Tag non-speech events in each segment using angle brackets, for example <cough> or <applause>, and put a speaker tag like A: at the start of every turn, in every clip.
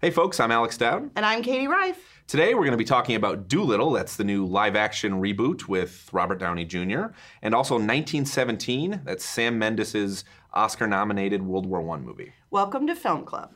A: Hey folks, I'm Alex Dowd.
B: And I'm Katie Reif.
A: Today we're going to be talking about Doolittle. That's the new live action reboot with Robert Downey Jr. And also 1917. That's Sam Mendes' Oscar nominated World War I movie.
B: Welcome to Film Club.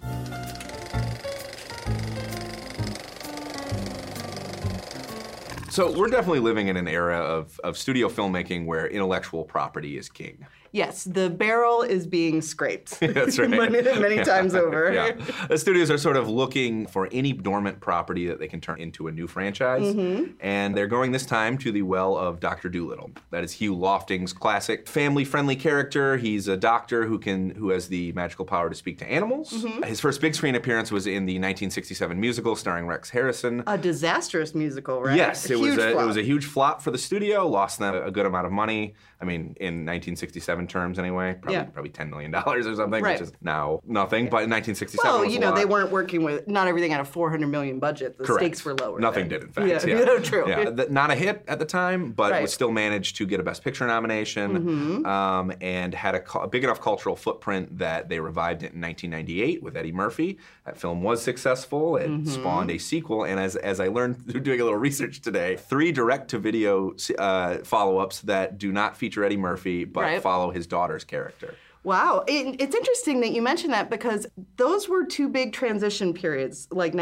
A: So we're definitely living in an era of, of studio filmmaking where intellectual property is king.
B: Yes, the barrel is being scraped.
A: <laughs>
B: <laughs>
A: That's right.
B: many, many times over.
A: Yeah. The studios are sort of looking for any dormant property that they can turn into a new franchise.
B: Mm-hmm.
A: And they're going this time to the well of Dr. Doolittle. That is Hugh Lofting's classic family-friendly character. He's a doctor who can who has the magical power to speak to animals.
B: Mm-hmm.
A: His first big screen appearance was in the 1967 musical starring Rex Harrison.
B: A disastrous musical, right?
A: Yes,
B: A
A: it was
B: Uh, huge
A: a, it
B: flop.
A: was a huge flop for the studio. Lost them a good amount of money. I mean, in 1967 terms, anyway, probably
B: Yeah.
A: probably 10 million dollars or something,
B: Right.
A: which is now nothing. But in 1967,
B: Well,
A: was
B: you
A: a
B: know, they
A: lot.
B: weren't working with not everything had a 400 million budget. The
A: Correct.
B: stakes were lower.
A: Nothing
B: then.
A: did, in fact.
B: Yeah, <laughs>
A: Yeah,
B: no, true.
A: Yeah. Th- Not a hit at the time, but
B: Right. Mm-hmm.
A: was still managed to get a Best Picture nomination um, and had a, cu- a big enough cultural footprint that they revived it in 1998 with Eddie Murphy. That film was successful. It
B: Mm-hmm.
A: spawned a sequel. And as, as I learned through doing a little research today, three direct to video uh, follow ups that do not feature Eddie Murphy but
B: Right.
A: follow his daughter's character.
B: Wow. It, it's interesting that you mentioned that because those were two big transition periods. Like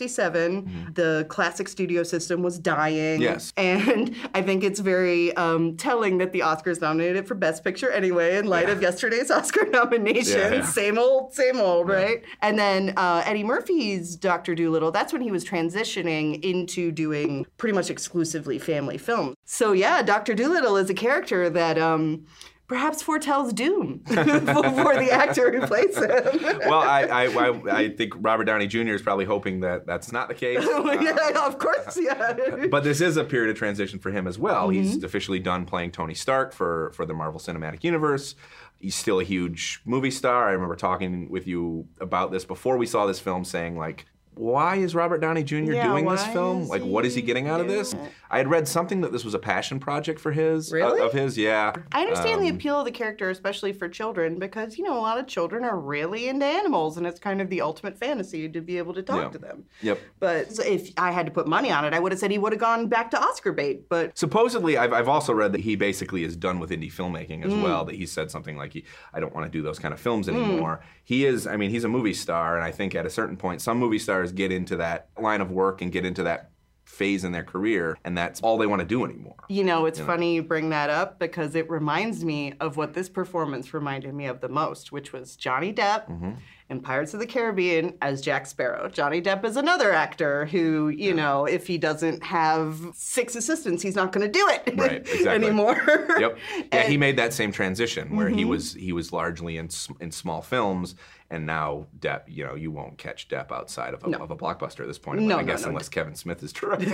B: 1967, the classic studio system was dying.
A: Mm-hmm. Yes.
B: <laughs> And I think it's very um, telling that the Oscars nominated it for Best Picture anyway, in light of yesterday's Oscar <laughs> nominations.
A: Yeah, yeah.
B: Same old, same old, right? And then uh, Eddie Murphy's Dr. Dolittle, that's when he was transitioning into doing pretty much exclusively family films. So, yeah, Dr. Dolittle is a character that. Um, Perhaps foretells doom <laughs> for the actor who plays him. <laughs>
A: Well, I, I, I, I think Robert Downey Jr. is probably hoping that that's not the
B: <laughs>
A: case.
B: yeah, of course, yeah.
A: but this is a period of transition for him as well.
B: Mm-hmm.
A: He's officially done playing Tony Stark for for the Marvel Cinematic Universe. He's still a huge movie star. I remember talking with you about this before we saw this film, saying like. Why is Robert Downey Jr.
B: Yeah,
A: doing this
B: why
A: film?
B: is
A: Like, what is he
B: he
A: getting out of this? I had read something that this was a passion project for his, uh,
B: Really?
A: of his, yeah.
B: I understand the appeal of the character, especially for children, because you know a lot of children are really into animals, and it's kind of the ultimate fantasy to be able to talk
A: Yeah.
B: to them.
A: Yep.
B: But if I had to put money on it, I would have said he would have gone back to Oscar bait. But
A: Supposedly, I've, I've also read that he basically is done with indie filmmaking
B: Mm.
A: as well. That he said something like, he, "I don't want to do those kind of films anymore." He is, I mean, he's a movie star, and I think at a certain point, some movie stars get into that line of work and get into that phase in their career, and that's all they want to do anymore.
B: <laughs> you know, it's funny you bring that up because it reminds me of what this performance reminded me of the most, which was Johnny Depp
A: Mm-hmm.
B: in Pirates of the Caribbean as Jack Sparrow. Johnny Depp is another actor who, you know, if he doesn't have six assistants, he's not going to do it <laughs>
A: Right, exactly.
B: anymore. <laughs>
A: Yep. Yeah, he made that same transition where
B: Mm-hmm.
A: he was he was largely in s- in small films, and now Depp. You know, you won't catch Depp outside of a, of a blockbuster at this point.
B: No,
A: I
B: no,
A: guess
B: no.
A: unless Kevin Smith
B: <laughs>
A: is directing.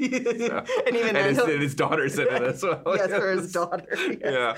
B: and even
A: and,
B: then,
A: his,
B: he'll-
A: and his daughter's in it as well.
B: <laughs> yes,
A: <laughs>
B: for his daughter. <laughs>
A: Yeah.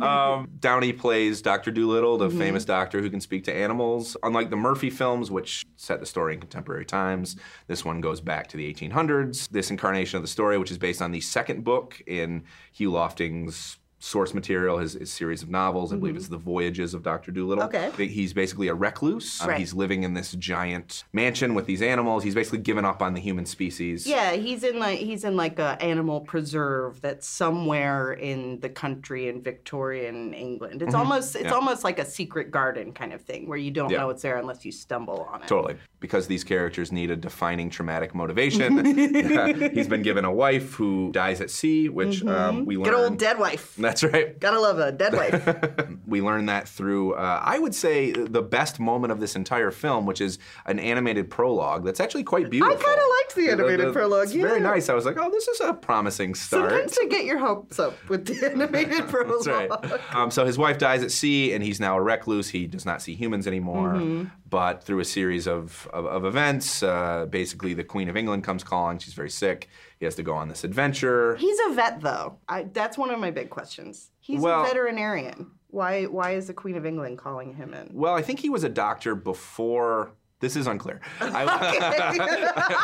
A: Um, Downey plays Dr. Doolittle,
B: Mm-hmm.
A: the famous doctor who can speak to animals. Unlike the Murphy films, which set the story in contemporary times, this one goes back to the 1800s. This incarnation of the story, which is based on the second book in Hugh Lofting's source material, his, his series of novels, I believe it's The Voyages of Dr. Doolittle.
B: Mm-hmm. Okay.
A: He's basically a recluse. Um,
B: Right.
A: He's living in this giant mansion with these animals. He's basically given up on the human species.
B: Yeah, he's in like he's in like a animal preserve that's somewhere in the country in Victorian England. It's almost it's almost like a secret garden kind of thing where you don't
A: Mm-hmm. Yeah.
B: know it's there unless you stumble on it.
A: Totally. Because these characters need a defining traumatic
B: <laughs>
A: motivation. <laughs> He's been given a wife who dies at sea, which um, we learn.
B: Mm-hmm. Good old dead wife.
A: <laughs> That's right.
B: Gotta love a dead
A: <laughs>
B: wife.
A: We learn that through, uh, I would say, the best moment of this entire film, which is an animated prologue that's actually quite beautiful. uh,
B: kinda liked the animated prologue,
A: It's very
B: yeah.
A: nice. I was like, oh, this is a promising start.
B: Sometimes to get your hopes up with the animated
A: <laughs>
B: prologue.
A: That's
B: <laughs>
A: right. Um, so his wife dies at sea, and he's now a recluse. He does not see humans anymore.
B: Mm-hmm.
A: But through a series of of, of events, uh, basically the Queen of England comes calling. She's very sick. He has to go on this adventure.
B: He's a vet though. I, that's one of my big questions. He's
A: Well-
B: a veterinarian. Why why is the Queen of England calling him
A: <laughs>
B: in? <laughs>
A: well, I think he was a doctor before. This is
B: <laughs>
A: unclear. I-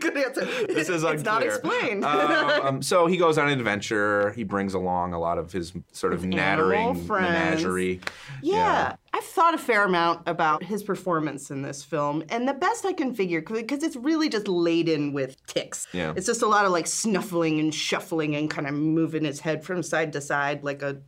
B: Good answer.
A: <laughs> this is unclear.
B: It's not explained.
A: Um,
B: <laughs>
A: um, so he goes on an adventure. He brings along a lot of his sort of nattering
B: animal friends.
A: menagerie.
B: yeah. I I've thought a fair amount about his performance in this film, and the best I can figure, because it's really just laden with ticks.
A: Yeah.
B: It's just a lot of like snuffling and shuffling and kind of moving his head from side to side like a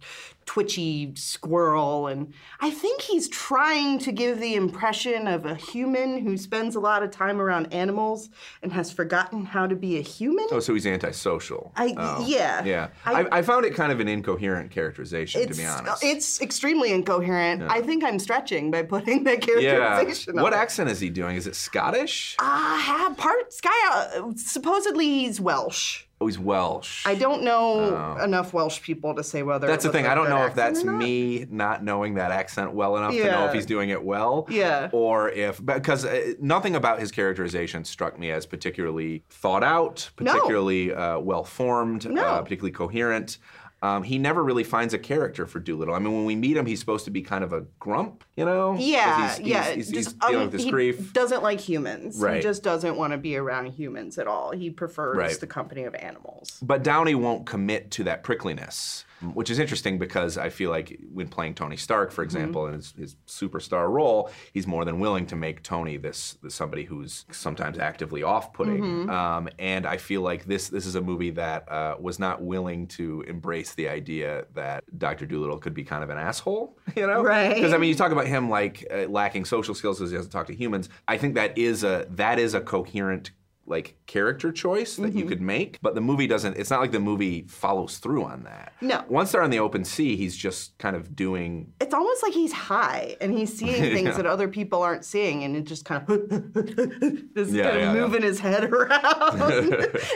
B: twitchy squirrel. And I think he's trying to give the impression of a human who spends a lot of time around animals and has forgotten how to be a human.
A: Oh, so he's antisocial. Oh,
B: I- yeah.
A: Yeah.
B: I-
A: I, I, found it kind of an incoherent characterization, to be honest.
B: It's extremely incoherent. I think I'm stretching by putting that characterization
A: What
B: on.
A: accent is he doing? Is it Scottish?
B: Ah, have part Sky. uh, supposedly he's Welsh.
A: Oh, he's Welsh.
B: I don't know enough Welsh people to say whether
A: Oh. that's
B: it
A: the
B: was
A: thing.
B: a
A: I don't
B: good
A: know if that's
B: accent or not.
A: me not knowing that accent well enough to know
B: Yeah.
A: if he's doing it well.
B: Yeah.
A: Or if, because uh, nothing about his characterization struck me as particularly thought out,
B: No.
A: particularly uh, well formed,
B: No.
A: uh, particularly coherent. Um, he never really finds a character for Doolittle. I mean, when we meet him, he's supposed to be kind of a grump, you know? 'Cause
B: Yeah,
A: he's- he's-
B: yeah.
A: He's, he's
B: just,
A: dealing
B: um,
A: with his
B: he
A: grief.
B: doesn't like humans. He
A: Right.
B: just doesn't want to be around humans at all. He prefers
A: Right.
B: the company of animals.
A: But Downey won't commit to that prickliness, which is interesting because I feel like when playing Tony Stark, for example, in his, his superstar role, he's more than willing to make Tony this, this somebody who's sometimes actively off-putting. Um, and I feel like this this is a movie that uh, was not willing to embrace the idea that Doctor Doolittle could be kind of an asshole, <laughs> you know?
B: Right.
A: Because I mean, you talk about him like uh, lacking social skills because he doesn't talk to humans. I think that is a that is a coherent like character choice that you could make, but the movie doesn't. It's not like the movie follows through on that.
B: No.
A: Once they're on the open sea, he's just kind of doing. <laughs>
B: It's almost like he's high and he's seeing things that other people aren't seeing, and it just kind of this
A: Yeah,
B: kind of <laughs>
A: yeah, yeah.
B: moving his head <laughs> around.
A: <laughs>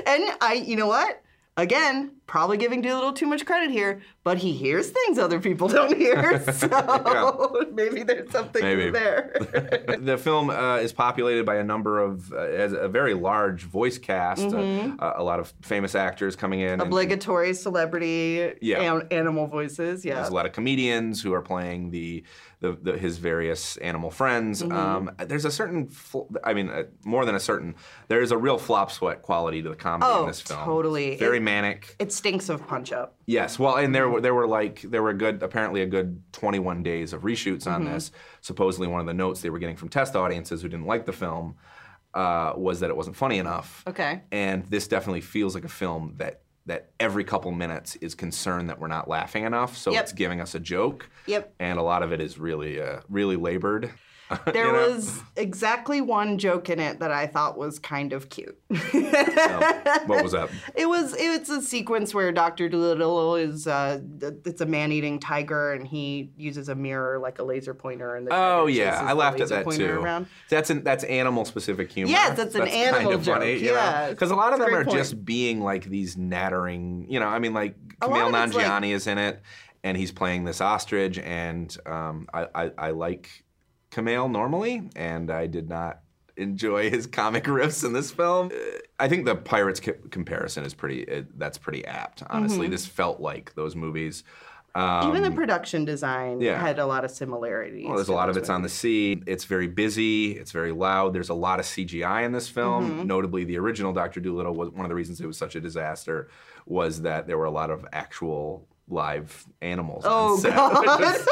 B: and I, you know what? Again, probably giving Doolittle too much credit here, but he hears things other people
A: <laughs>
B: don't hear, <laughs> so <laughs> maybe there's something
A: Maybe. <laughs>
B: there.
A: the film uh, is populated by a number of uh, has a very large voice cast, uh, uh, a lot of famous actors coming in. and-
B: obligatory celebrity
A: Yeah.
B: an- animal voices. Yeah.
A: There's a lot of comedians who are playing the, the, the his various animal friends.
B: Mm-hmm.
A: Um, there's a certain, fl- I mean, uh, more than a certain. There is a real flop sweat quality to the comedy
B: Oh,
A: in this film.
B: totally.
A: Very
B: It-
A: manic.
B: It stinks of punch up.
A: Yes. Well, and there were there were like there were a good apparently a good 21 days of reshoots
B: Mm-hmm.
A: on this. Supposedly, one of the notes they were getting from test audiences who didn't like the film uh, was that it wasn't funny enough.
B: Okay.
A: And this definitely feels like a film that that every couple minutes is concerned that we're not laughing enough, so
B: Yep.
A: it's giving us a joke.
B: Yep.
A: And a lot of it is really uh, really labored. <laughs>
B: There
A: You know?
B: was exactly one joke in it that I thought was kind of cute.
A: Um,
B: <laughs>
A: what was that?
B: It was it's a sequence where Doctor Dolittle is uh, th- it's a man eating tiger and he uses a mirror like a laser pointer and the tiger
A: Oh yeah,
B: chases
A: I
B: the
A: laughed at
B: laser
A: that
B: pointer
A: too.
B: around.
A: That's an, that's animal specific humor.
B: Yes, that's an animal joke, yeah.
A: because a lot of
B: It's a
A: them
B: great
A: are
B: point.
A: just being like these nattering. You know, I mean, like
B: A lot
A: Camille
B: of it's like-
A: Nanjiani is in it, and he's playing this ostrich, and um, I, I I like Camille normally, and I did not enjoy his comic <laughs> riffs in this film. Uh, I think the Pirates co- comparison is pretty. Uh, that's pretty apt, honestly. This felt like those movies. Um,
B: Mm-hmm. Even the production design
A: yeah.
B: had a lot of similarities.
A: well, Oh, there's a
B: to
A: lot of
B: those
A: it's on the sea. It's very busy. It's very loud. There's a lot of CGI in this film.
B: Mm-hmm.
A: Notably, the original Doctor Doolittle was one of the reasons it was such a disaster was that there were a lot of actual live animals
B: Oh,
A: on set. <laughs>
B: God.
A: Which is,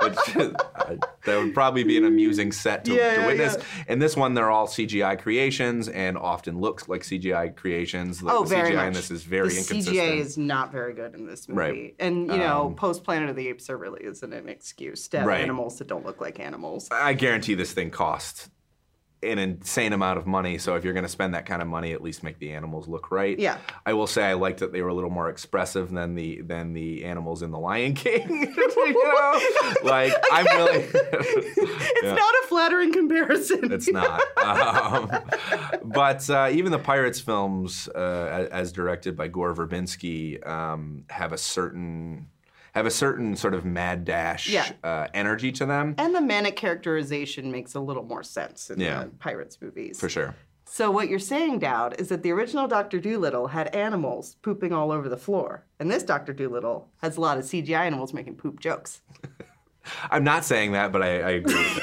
A: which is- I- that would probably be an amusing set to,
B: Yeah,
A: to
B: yeah,
A: witness.
B: yeah.
A: And this one, they're all CGI creations and often looks like CGI creations. The,
B: Oh,
A: the
B: very
A: CGI
B: much.
A: in this is very
B: the
A: inconsistent.
B: CGA is not very good in this movie,
A: Right. Um,
B: and you know, post Planet of the Apes, there really isn't an excuse to have
A: Right.
B: animals that don't look like
A: <laughs>
B: animals.
A: I guarantee this thing cost an insane amount of money. So if you're going to spend that kind of money, at least make the animals look right.
B: Yeah.
A: I will say I liked that they were a little more expressive than the than the animals in The Lion King. <laughs> you know,
B: <laughs>
A: like I'm really.
B: It's not a flattering
A: <laughs>
B: comparison.
A: It's not. Um, but uh, even the Pirates films, uh, a- as directed by Gore Verbinski, um, have a certain have a certain sort of mad dash
B: Yeah.
A: uh, energy to them.
B: and the manic characterization makes a little more sense in
A: Yeah.
B: the Pirates movies.
A: For sure.
B: So what you're saying, Dowd, is that the original Doctor Doolittle had animals pooping all over the floor, and this Doctor Doolittle has a lot of CGI animals making poop jokes.
A: I'm not saying that, but I, I agree.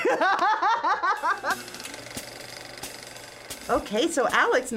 B: Okay, so Alex,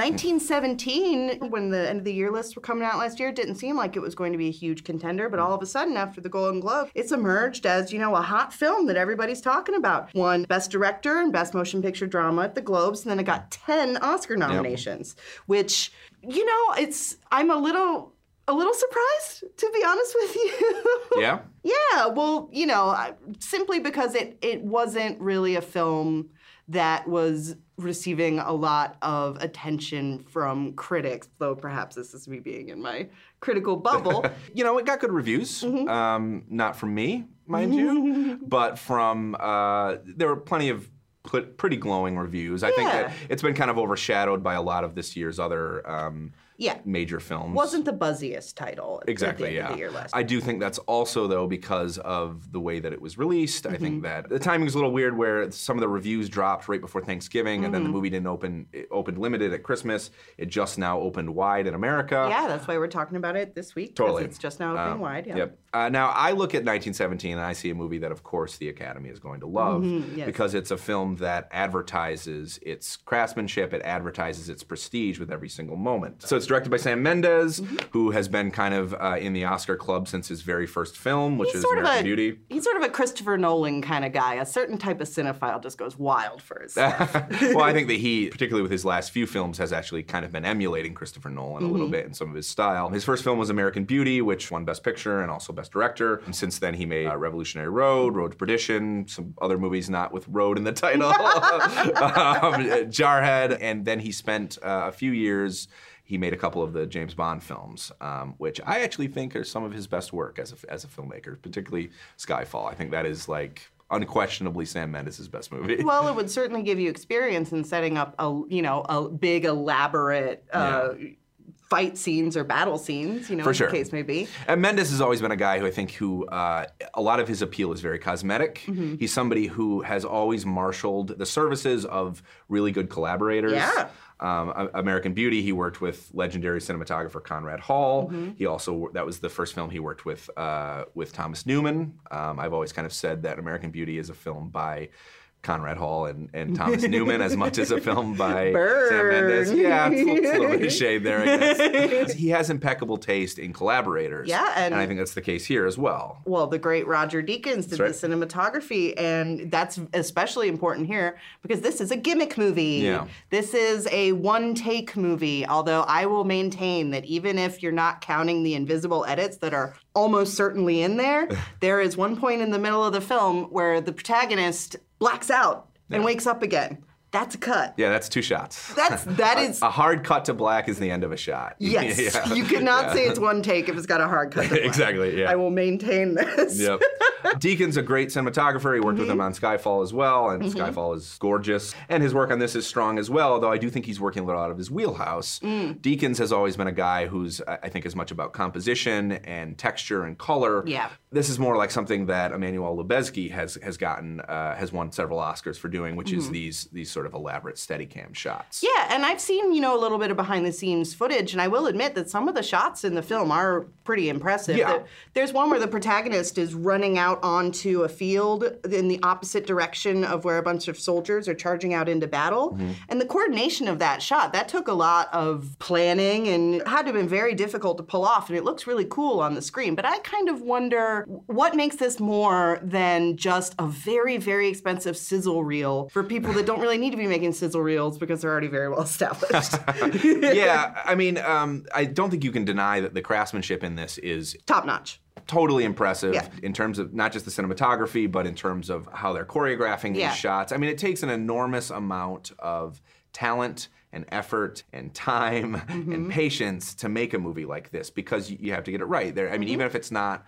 B: 1917, when the end of the year lists were coming out last year, it didn't seem like it was going to be a huge contender, but all of a sudden, after the Golden Globe, it's emerged as, you know, a hot film that everybody's talking about. Won Best Director and Best Motion Picture Drama at the Globes, and then it got 10 Oscar nominations, which, you know, it's, I'm a little. A little surprised, to be honest with you. <laughs>
A: Yeah.
B: Yeah, well, you know, I- simply because it it wasn't really a film that was receiving a lot of attention from critics, though perhaps this is me being in my critical bubble.
A: <laughs> You know, it got good reviews.
B: Mm-hmm.
A: Um, not from me, mind
B: <laughs>
A: you, but from uh, there were plenty of pl- pretty glowing reviews. I think that
B: Yeah.
A: it's been kind of overshadowed by a lot of this year's other um,
B: yeah.
A: major films.
B: Wasn't the buzziest title at
A: Exactly.
B: the end
A: yeah.
B: of the year last
A: I do think that's also though because of the way that it was released. I
B: Mm-hmm.
A: think that the timing was a little weird, where some of the reviews dropped right before Thanksgiving, and then
B: Mm-hmm.
A: the movie didn't open. It opened limited at Christmas. It just now opened wide in America.
B: Yeah, that's why we're talking about it this week. 'cause
A: uh, Totally.
B: It's just now opening wide. Yeah.
A: Yep. Uh, now I look at 1917 and I see a movie that, of course, the Academy is going to love
B: Mm-hmm, yes.
A: because it's a film that advertises its craftsmanship, it advertises its prestige with every single moment. So it's directed by Sam Mendes,
B: Mm-hmm.
A: who has been kind of uh, in the Oscar club since his very first film, which
B: He's
A: is
B: sort of
A: American
B: a
A: Beauty.
B: he's sort of a Christopher Nolan kind of guy. A certain type of cinephile just goes wild
A: <laughs>
B: for his
A: well, I think that he, particularly with his last few films, has actually kind of been emulating Christopher Nolan a little bit in some of his style. His first film was American Beauty, which won Best Picture and also Best Director. And since then, he made uh, Revolutionary Road, Road to Perdition, some other movies not with road in the title, <laughs> um, Jarhead. And then he spent uh, a few years. He made a couple of the James Bond films, um, which I actually think are some of his best work as a, as a filmmaker, particularly Skyfall. I think that is like unquestionably Sam Mendes' best movie. <laughs>
B: Well, it would certainly give you experience in setting up a you know a big elaborate uh, fight scenes or battle scenes, you know,
A: For
B: as the
A: sure.
B: case may be.
A: And Mendes has always been a guy who I think who uh, a lot of his appeal is very cosmetic.
B: Mm-hmm.
A: He's somebody who has always marshaled the services of really good collaborators.
B: Yeah.
A: Um, A- American Beauty. He worked with legendary cinematographer Conrad Hall.
B: Mm-hmm.
A: He also that was the first film he worked with uh, with Thomas Newman. Um, I've always kind of said that American Beauty is a film by. Conrad Hall and, and
B: <laughs>
A: Thomas Newman as much as a film by Sam Mendes.
B: Burn.
A: Yeah, it's a little- it's a little bit of shade there, I
B: <laughs>
A: guess. he has impeccable taste in collaborators.
B: Yeah, and-
A: I think that's the case here as well.
B: Well, the great Roger Deakins did
A: That's
B: the cinematography, and that's especially important here because this is a gimmick movie.
A: Yeah.
B: This is a one take movie, although I will maintain that even if you're not counting the invisible edits that are almost certainly
A: <laughs>
B: in there, there is one point in the middle of the film where the protagonist blacks out and wakes up again. That's a cut.
A: Yeah, that's two shots. <laughs>
B: That's that is
A: a hard cut to black is the end of a shot. <laughs>
B: yes.
A: Yeah.
B: You cannot say it's one take if it's got a hard cut. to black.
A: <laughs> Exactly, yeah.
B: I will maintain this.
A: Yep. <laughs> Deacon's a great cinematographer. He worked with him on Skyfall as well, and Skyfall is gorgeous. And his work on this is strong as well, although I do think he's working a little out of his wheelhouse. Deakins has always been a guy who's, I I think, as much about composition and texture and color.
B: Yeah.
A: This is more like something that Emmanuel Lubezki has has gotten, uh, has won several Oscars for doing, which is these these sort of elaborate Steadicam
B: <laughs>
A: shots.
B: Yeah, and I've seen, you know, a little bit of behind the scenes footage, and I will admit that some of the shots in the film are pretty impressive.
A: Yeah.
B: The- There's one where the protagonist is running out onto a field in the opposite direction of where a bunch of soldiers are charging out into battle.
A: Mm-hmm.
B: And the coordination of that shot, that took a lot of planning and had to have been very difficult to pull off, and it looks really cool on the screen. But I kind of wonder what makes this more than just a very, very expensive sizzle reel for people that don't really need to be making sizzle reels because they're already very
A: <laughs>
B: well established.
A: yeah, I mean, um, I don't think you can deny that the craftsmanship in this is
B: Top notch.
A: totally impressive
B: Yeah.
A: in terms of not just the cinematography, but in terms of how they're choreographing
B: Yeah.
A: these shots. I mean, it takes an enormous amount of talent and effort and time
B: Mm-hmm.
A: and patience to make a movie like this because you, you have to get it right. There,
B: Mm-hmm.
A: I mean, even if it's not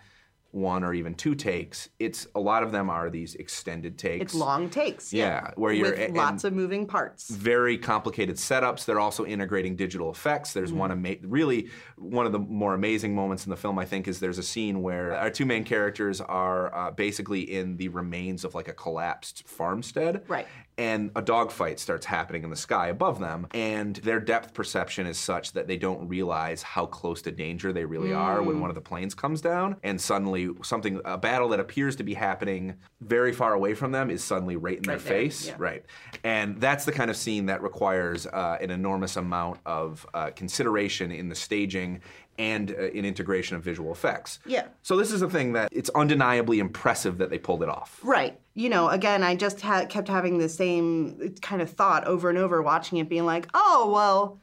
A: one or even two takes, it's a lot of them are these extended takes.
B: It's long takes.
A: Yeah, where you're
B: with
A: and-
B: lots of moving parts.
A: very complicated setups. They're also integrating digital effects. There's one
B: Mm.
A: ama- really one of the more amazing moments in the film. I think is there's a scene where our two main characters are uh, basically in the remains of like a collapsed farmstead.
B: Right.
A: And a dogfight starts happening in the sky above them, and their depth perception is
B: Mm.
A: such that they don't realize how close to danger they really are when one of the planes comes down, and suddenly suddenly something a battle that appears to be happening very far away from them is suddenly right in their
B: Right there,
A: face,
B: yeah.
A: right? And that's the kind of scene that requires uh, an enormous amount of uh, consideration in the staging and uh, in integration of visual effects.
B: Yeah.
A: So this is a thing that it's undeniably impressive that they pulled it off.
B: Right. You know, again, I just ha- kept having the same kind of thought over and over watching it, being like, oh, well,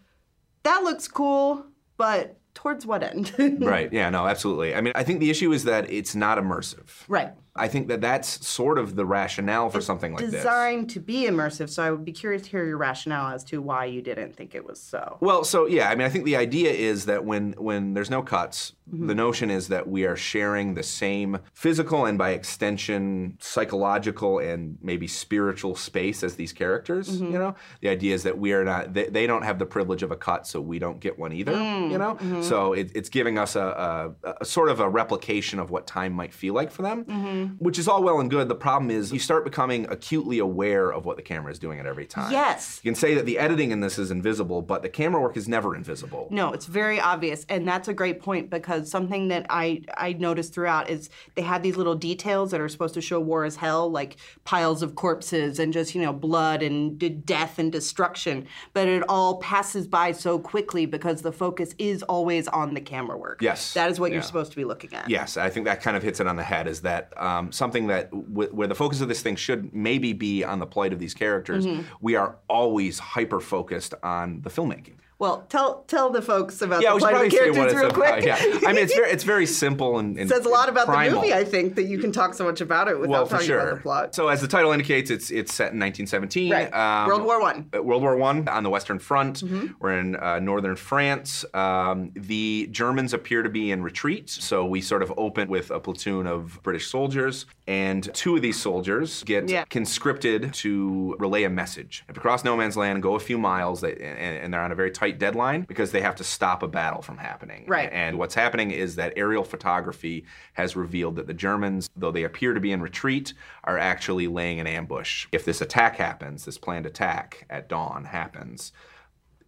B: that looks cool, but towards what end? <laughs>
A: Right. Yeah, no, absolutely. I mean, I think the issue is that it's not immersive.
B: right.
A: I think that that's sort of the rationale for something like this.
B: Designed to be immersive, so I would be curious to hear your rationale as to why you didn't think it was so.
A: Well, so yeah, I mean, I think the idea is that when when there's no cuts, the notion is that we are sharing the same physical and by extension psychological and maybe spiritual space as these characters. You know, the idea is that we are not they, they don't have the privilege of a cut, so we don't get one either. You know, so it, it's giving us a, a, a sort of a replication of what time might feel like for them, which is all well and good. The problem is you start becoming acutely aware of what the camera is doing at every time.
B: Yes.
A: You can say that the editing in this is invisible, but the camera work is never invisible.
B: No, it's very obvious, and that's a great point because something that I I noticed throughout is they had these little details that are supposed to show war as hell, like piles of corpses and just you know blood and d- death and destruction, but it all passes by so quickly because the focus is always on the camera work.
A: Yes.
B: that is what you're
A: Yeah.
B: supposed to be looking at.
A: Yes, I think that kind of hits it on the head. Is that um, something that w- where the focus of this thing should maybe be on the plight of these characters?
B: Mm-hmm.
A: We are always hyper focused on the filmmaking.
B: Well, tell tell the folks about
A: Yeah,
B: the
A: we should
B: plight
A: probably
B: of
A: say
B: characters
A: what it's
B: real
A: about.
B: quick.
A: Yeah,
B: <laughs>
A: I mean, it's very it's very simple and, and
B: Says a lot about
A: primal.
B: the movie, I think, that you can talk so much about it without
A: Well, for
B: talking
A: sure.
B: about the plot.
A: So as the title indicates, it's it's set in 1917.
B: right,
A: Um,
B: World War One. Mm-hmm.
A: uh, World War One on the Western Front. We're in uh, northern France. Um, the Germans appear to be in retreat, so we sort of open with a platoon of British soldiers, and two of these soldiers get
B: Yeah.
A: conscripted to relay a message. If you cross no man's land, go a few miles, they, and, and they're on a very tight deadline because they have to stop a battle from happening.
B: Right.
A: And what's happening is that aerial photography has revealed that the Germans, though they appear to be in retreat, are actually laying an ambush. If this attack happens, this planned attack at dawn happens,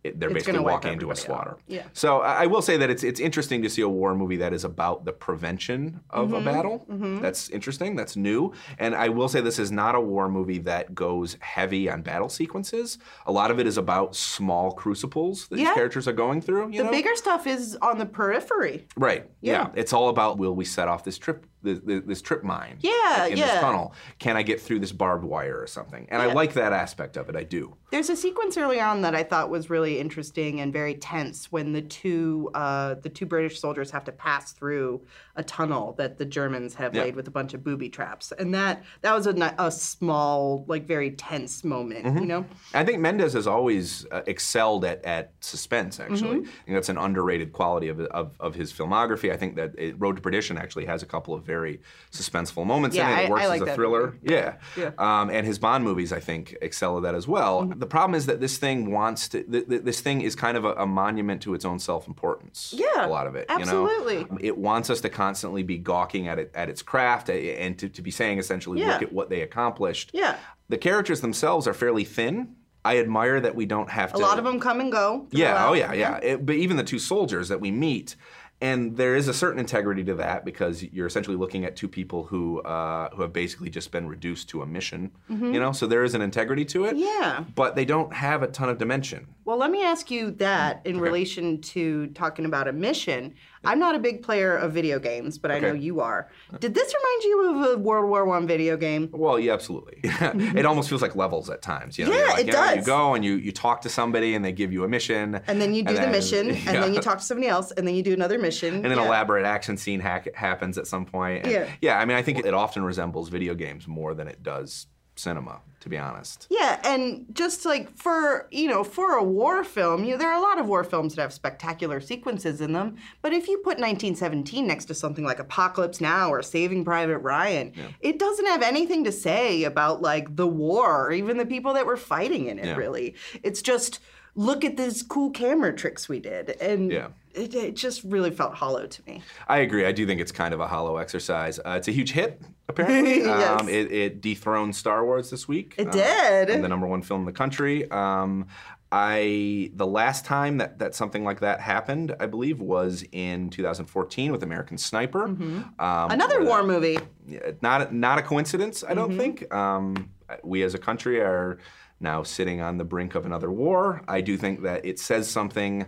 A: it, they're
B: It's
A: basically
B: gonna wipe
A: walking into a
B: everybody out.
A: slaughter.
B: Yeah.
A: So I, I will say that it's it's interesting to see a war movie that is about the prevention of
B: Mm-hmm.
A: a battle. That's interesting. That's new. And I will say this is not a war movie that goes heavy on battle sequences. A lot of it is about small crucibles that
B: Yeah.
A: these characters are going through. You
B: The
A: know?
B: bigger stuff is on the periphery.
A: Right.
B: Yeah.
A: Yeah. It's all about will we set off this trip this, this trip mine?
B: Yeah,
A: In
B: yeah.
A: this tunnel, can I get through this barbed wire or something? And I like that aspect of it. I do.
B: There's a sequence early on that I thought was really interesting and very tense when the two uh, the two British soldiers have to pass through a tunnel that the Germans have laid with a bunch of booby traps, and that that was a, ni- a small like very tense moment, you
A: Mm-hmm.
B: know.
A: I think Mendes has always uh, excelled at, at suspense. Actually,
B: Mm-hmm.
A: I think that's an underrated quality of, of, of his filmography. I think that it, Road to Perdition actually has a couple of very suspenseful moments
B: Yeah,
A: in it.
B: I-
A: It
B: I
A: works
B: like
A: as a
B: that
A: thriller.
B: movie.
A: Yeah.
B: Yeah. Mm-hmm.
A: Um, and his Bond movies, I think, excel at that as well. The problem is that this thing wants to. Th- th- this thing is kind of a, a monument to its own self-importance.
B: Yeah,
A: A lot of it. You
B: absolutely.
A: know? It wants us to constantly be gawking at it at its craft a- and to, to be saying essentially,
B: Yeah.
A: look at what they accomplished.
B: Yeah,
A: The characters themselves are fairly thin. I admire that we don't have
B: a
A: to.
B: lot of them come and go.
A: Yeah.
B: throughout.
A: Oh, yeah. Yeah. It- but even the two soldiers that we meet, and there is a certain integrity to that because you're essentially looking at two people who uh, who have basically just been reduced to a mission. You know, so there is an integrity to it.
B: Mm-hmm. Yeah.
A: But they don't have a ton of dimension.
B: Well, let me ask you that in relation to talking about a mission. I'm not a big player of video games, but I know you are. Did this remind you of a World War One video game?
A: Well, yeah, absolutely. <laughs> it almost feels like levels at times. You know? You're
B: Mm-hmm. Yeah,
A: like,
B: it
A: you know,
B: does.
A: You go and you, you talk to somebody and they give you a mission.
B: And then you do
A: <laughs>
B: the mission, and
A: yeah.
B: then you talk to somebody else, and then you do another mission.
A: and an
B: yeah.
A: elaborate action scene hack happens at some point. And
B: Yeah.
A: I mean, I think it often resembles video games more than it does cinema, to be honest.
B: Yeah, and just like for you know, for a war film, you know, there are a lot of war films that have spectacular sequences in them. But if you put 1917 next to something like Apocalypse Now or Saving Private Ryan, it doesn't have anything to say about like the war or even the people that were fighting in it.
A: Yeah.
B: Really, it's just look at these cool camera tricks we did, and
A: Yeah.
B: it, it just really felt hollow to me.
A: I agree. I do think it's kind of a hollow exercise. Uh, it's a huge hit, apparently.
B: <laughs> Yes.
A: um, it, it dethroned Star Wars this week. It
B: did.
A: And the number one film in the country. Um, I the last time that, that something like that happened, I believe, was in 2014 with American Sniper.
B: Mm-hmm.
A: Um,
B: Another
A: where
B: war
A: that-
B: movie.
A: yeah, not not a coincidence. I don't think um, we as a country are now sitting on the brink of another war. I do think that it says something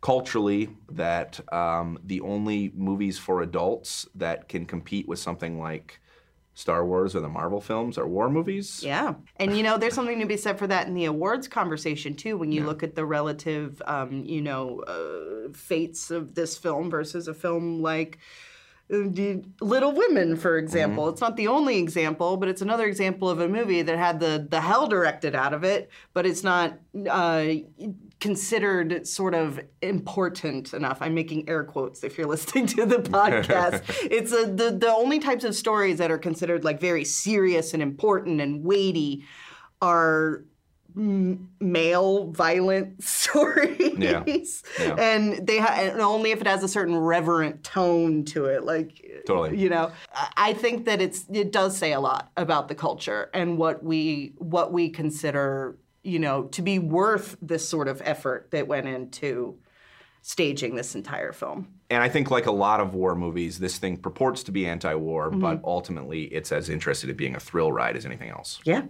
A: culturally that um, the only movies for adults that can compete with something like Star Wars or the Marvel films are war movies.
B: Yeah. And you know, there's something to be said for that in the awards conversation too. When you look at the relative, um, you know, uh, fates of this film versus a film like uh, the Little Women, for example. It's not the only example, but it's another example of a movie that had the the hell directed out of it, but it's not uh, considered sort of important enough. I'm making air quotes if you're listening to the podcast. it's a, the the only types of stories that are considered like very serious and important and weighty are m- male violent <laughs> stories
A: Yeah. Yeah.
B: and they ha- and only if it has a certain reverent tone to it like
A: Totally.
B: you know I- i think that it's it does say a lot about the culture and what we what we consider you know to be worth this sort of effort that went into staging this entire film
A: And I think, like a lot of war movies, this thing purports to be anti-war, but ultimately, it's as interested in being a thrill ride as anything else.
B: yeah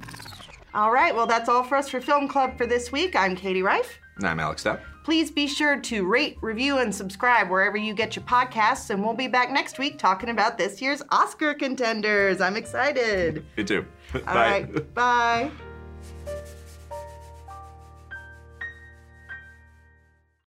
B: all right well that's all for us for film club for this week i'm katie reif
A: And I'm Alex Depp.
B: Please be sure to rate, review, and subscribe wherever you get your podcasts. And we'll be back next week talking about this year's Oscar contenders. I'm excited. <laughs>
A: You too.
B: All right, bye.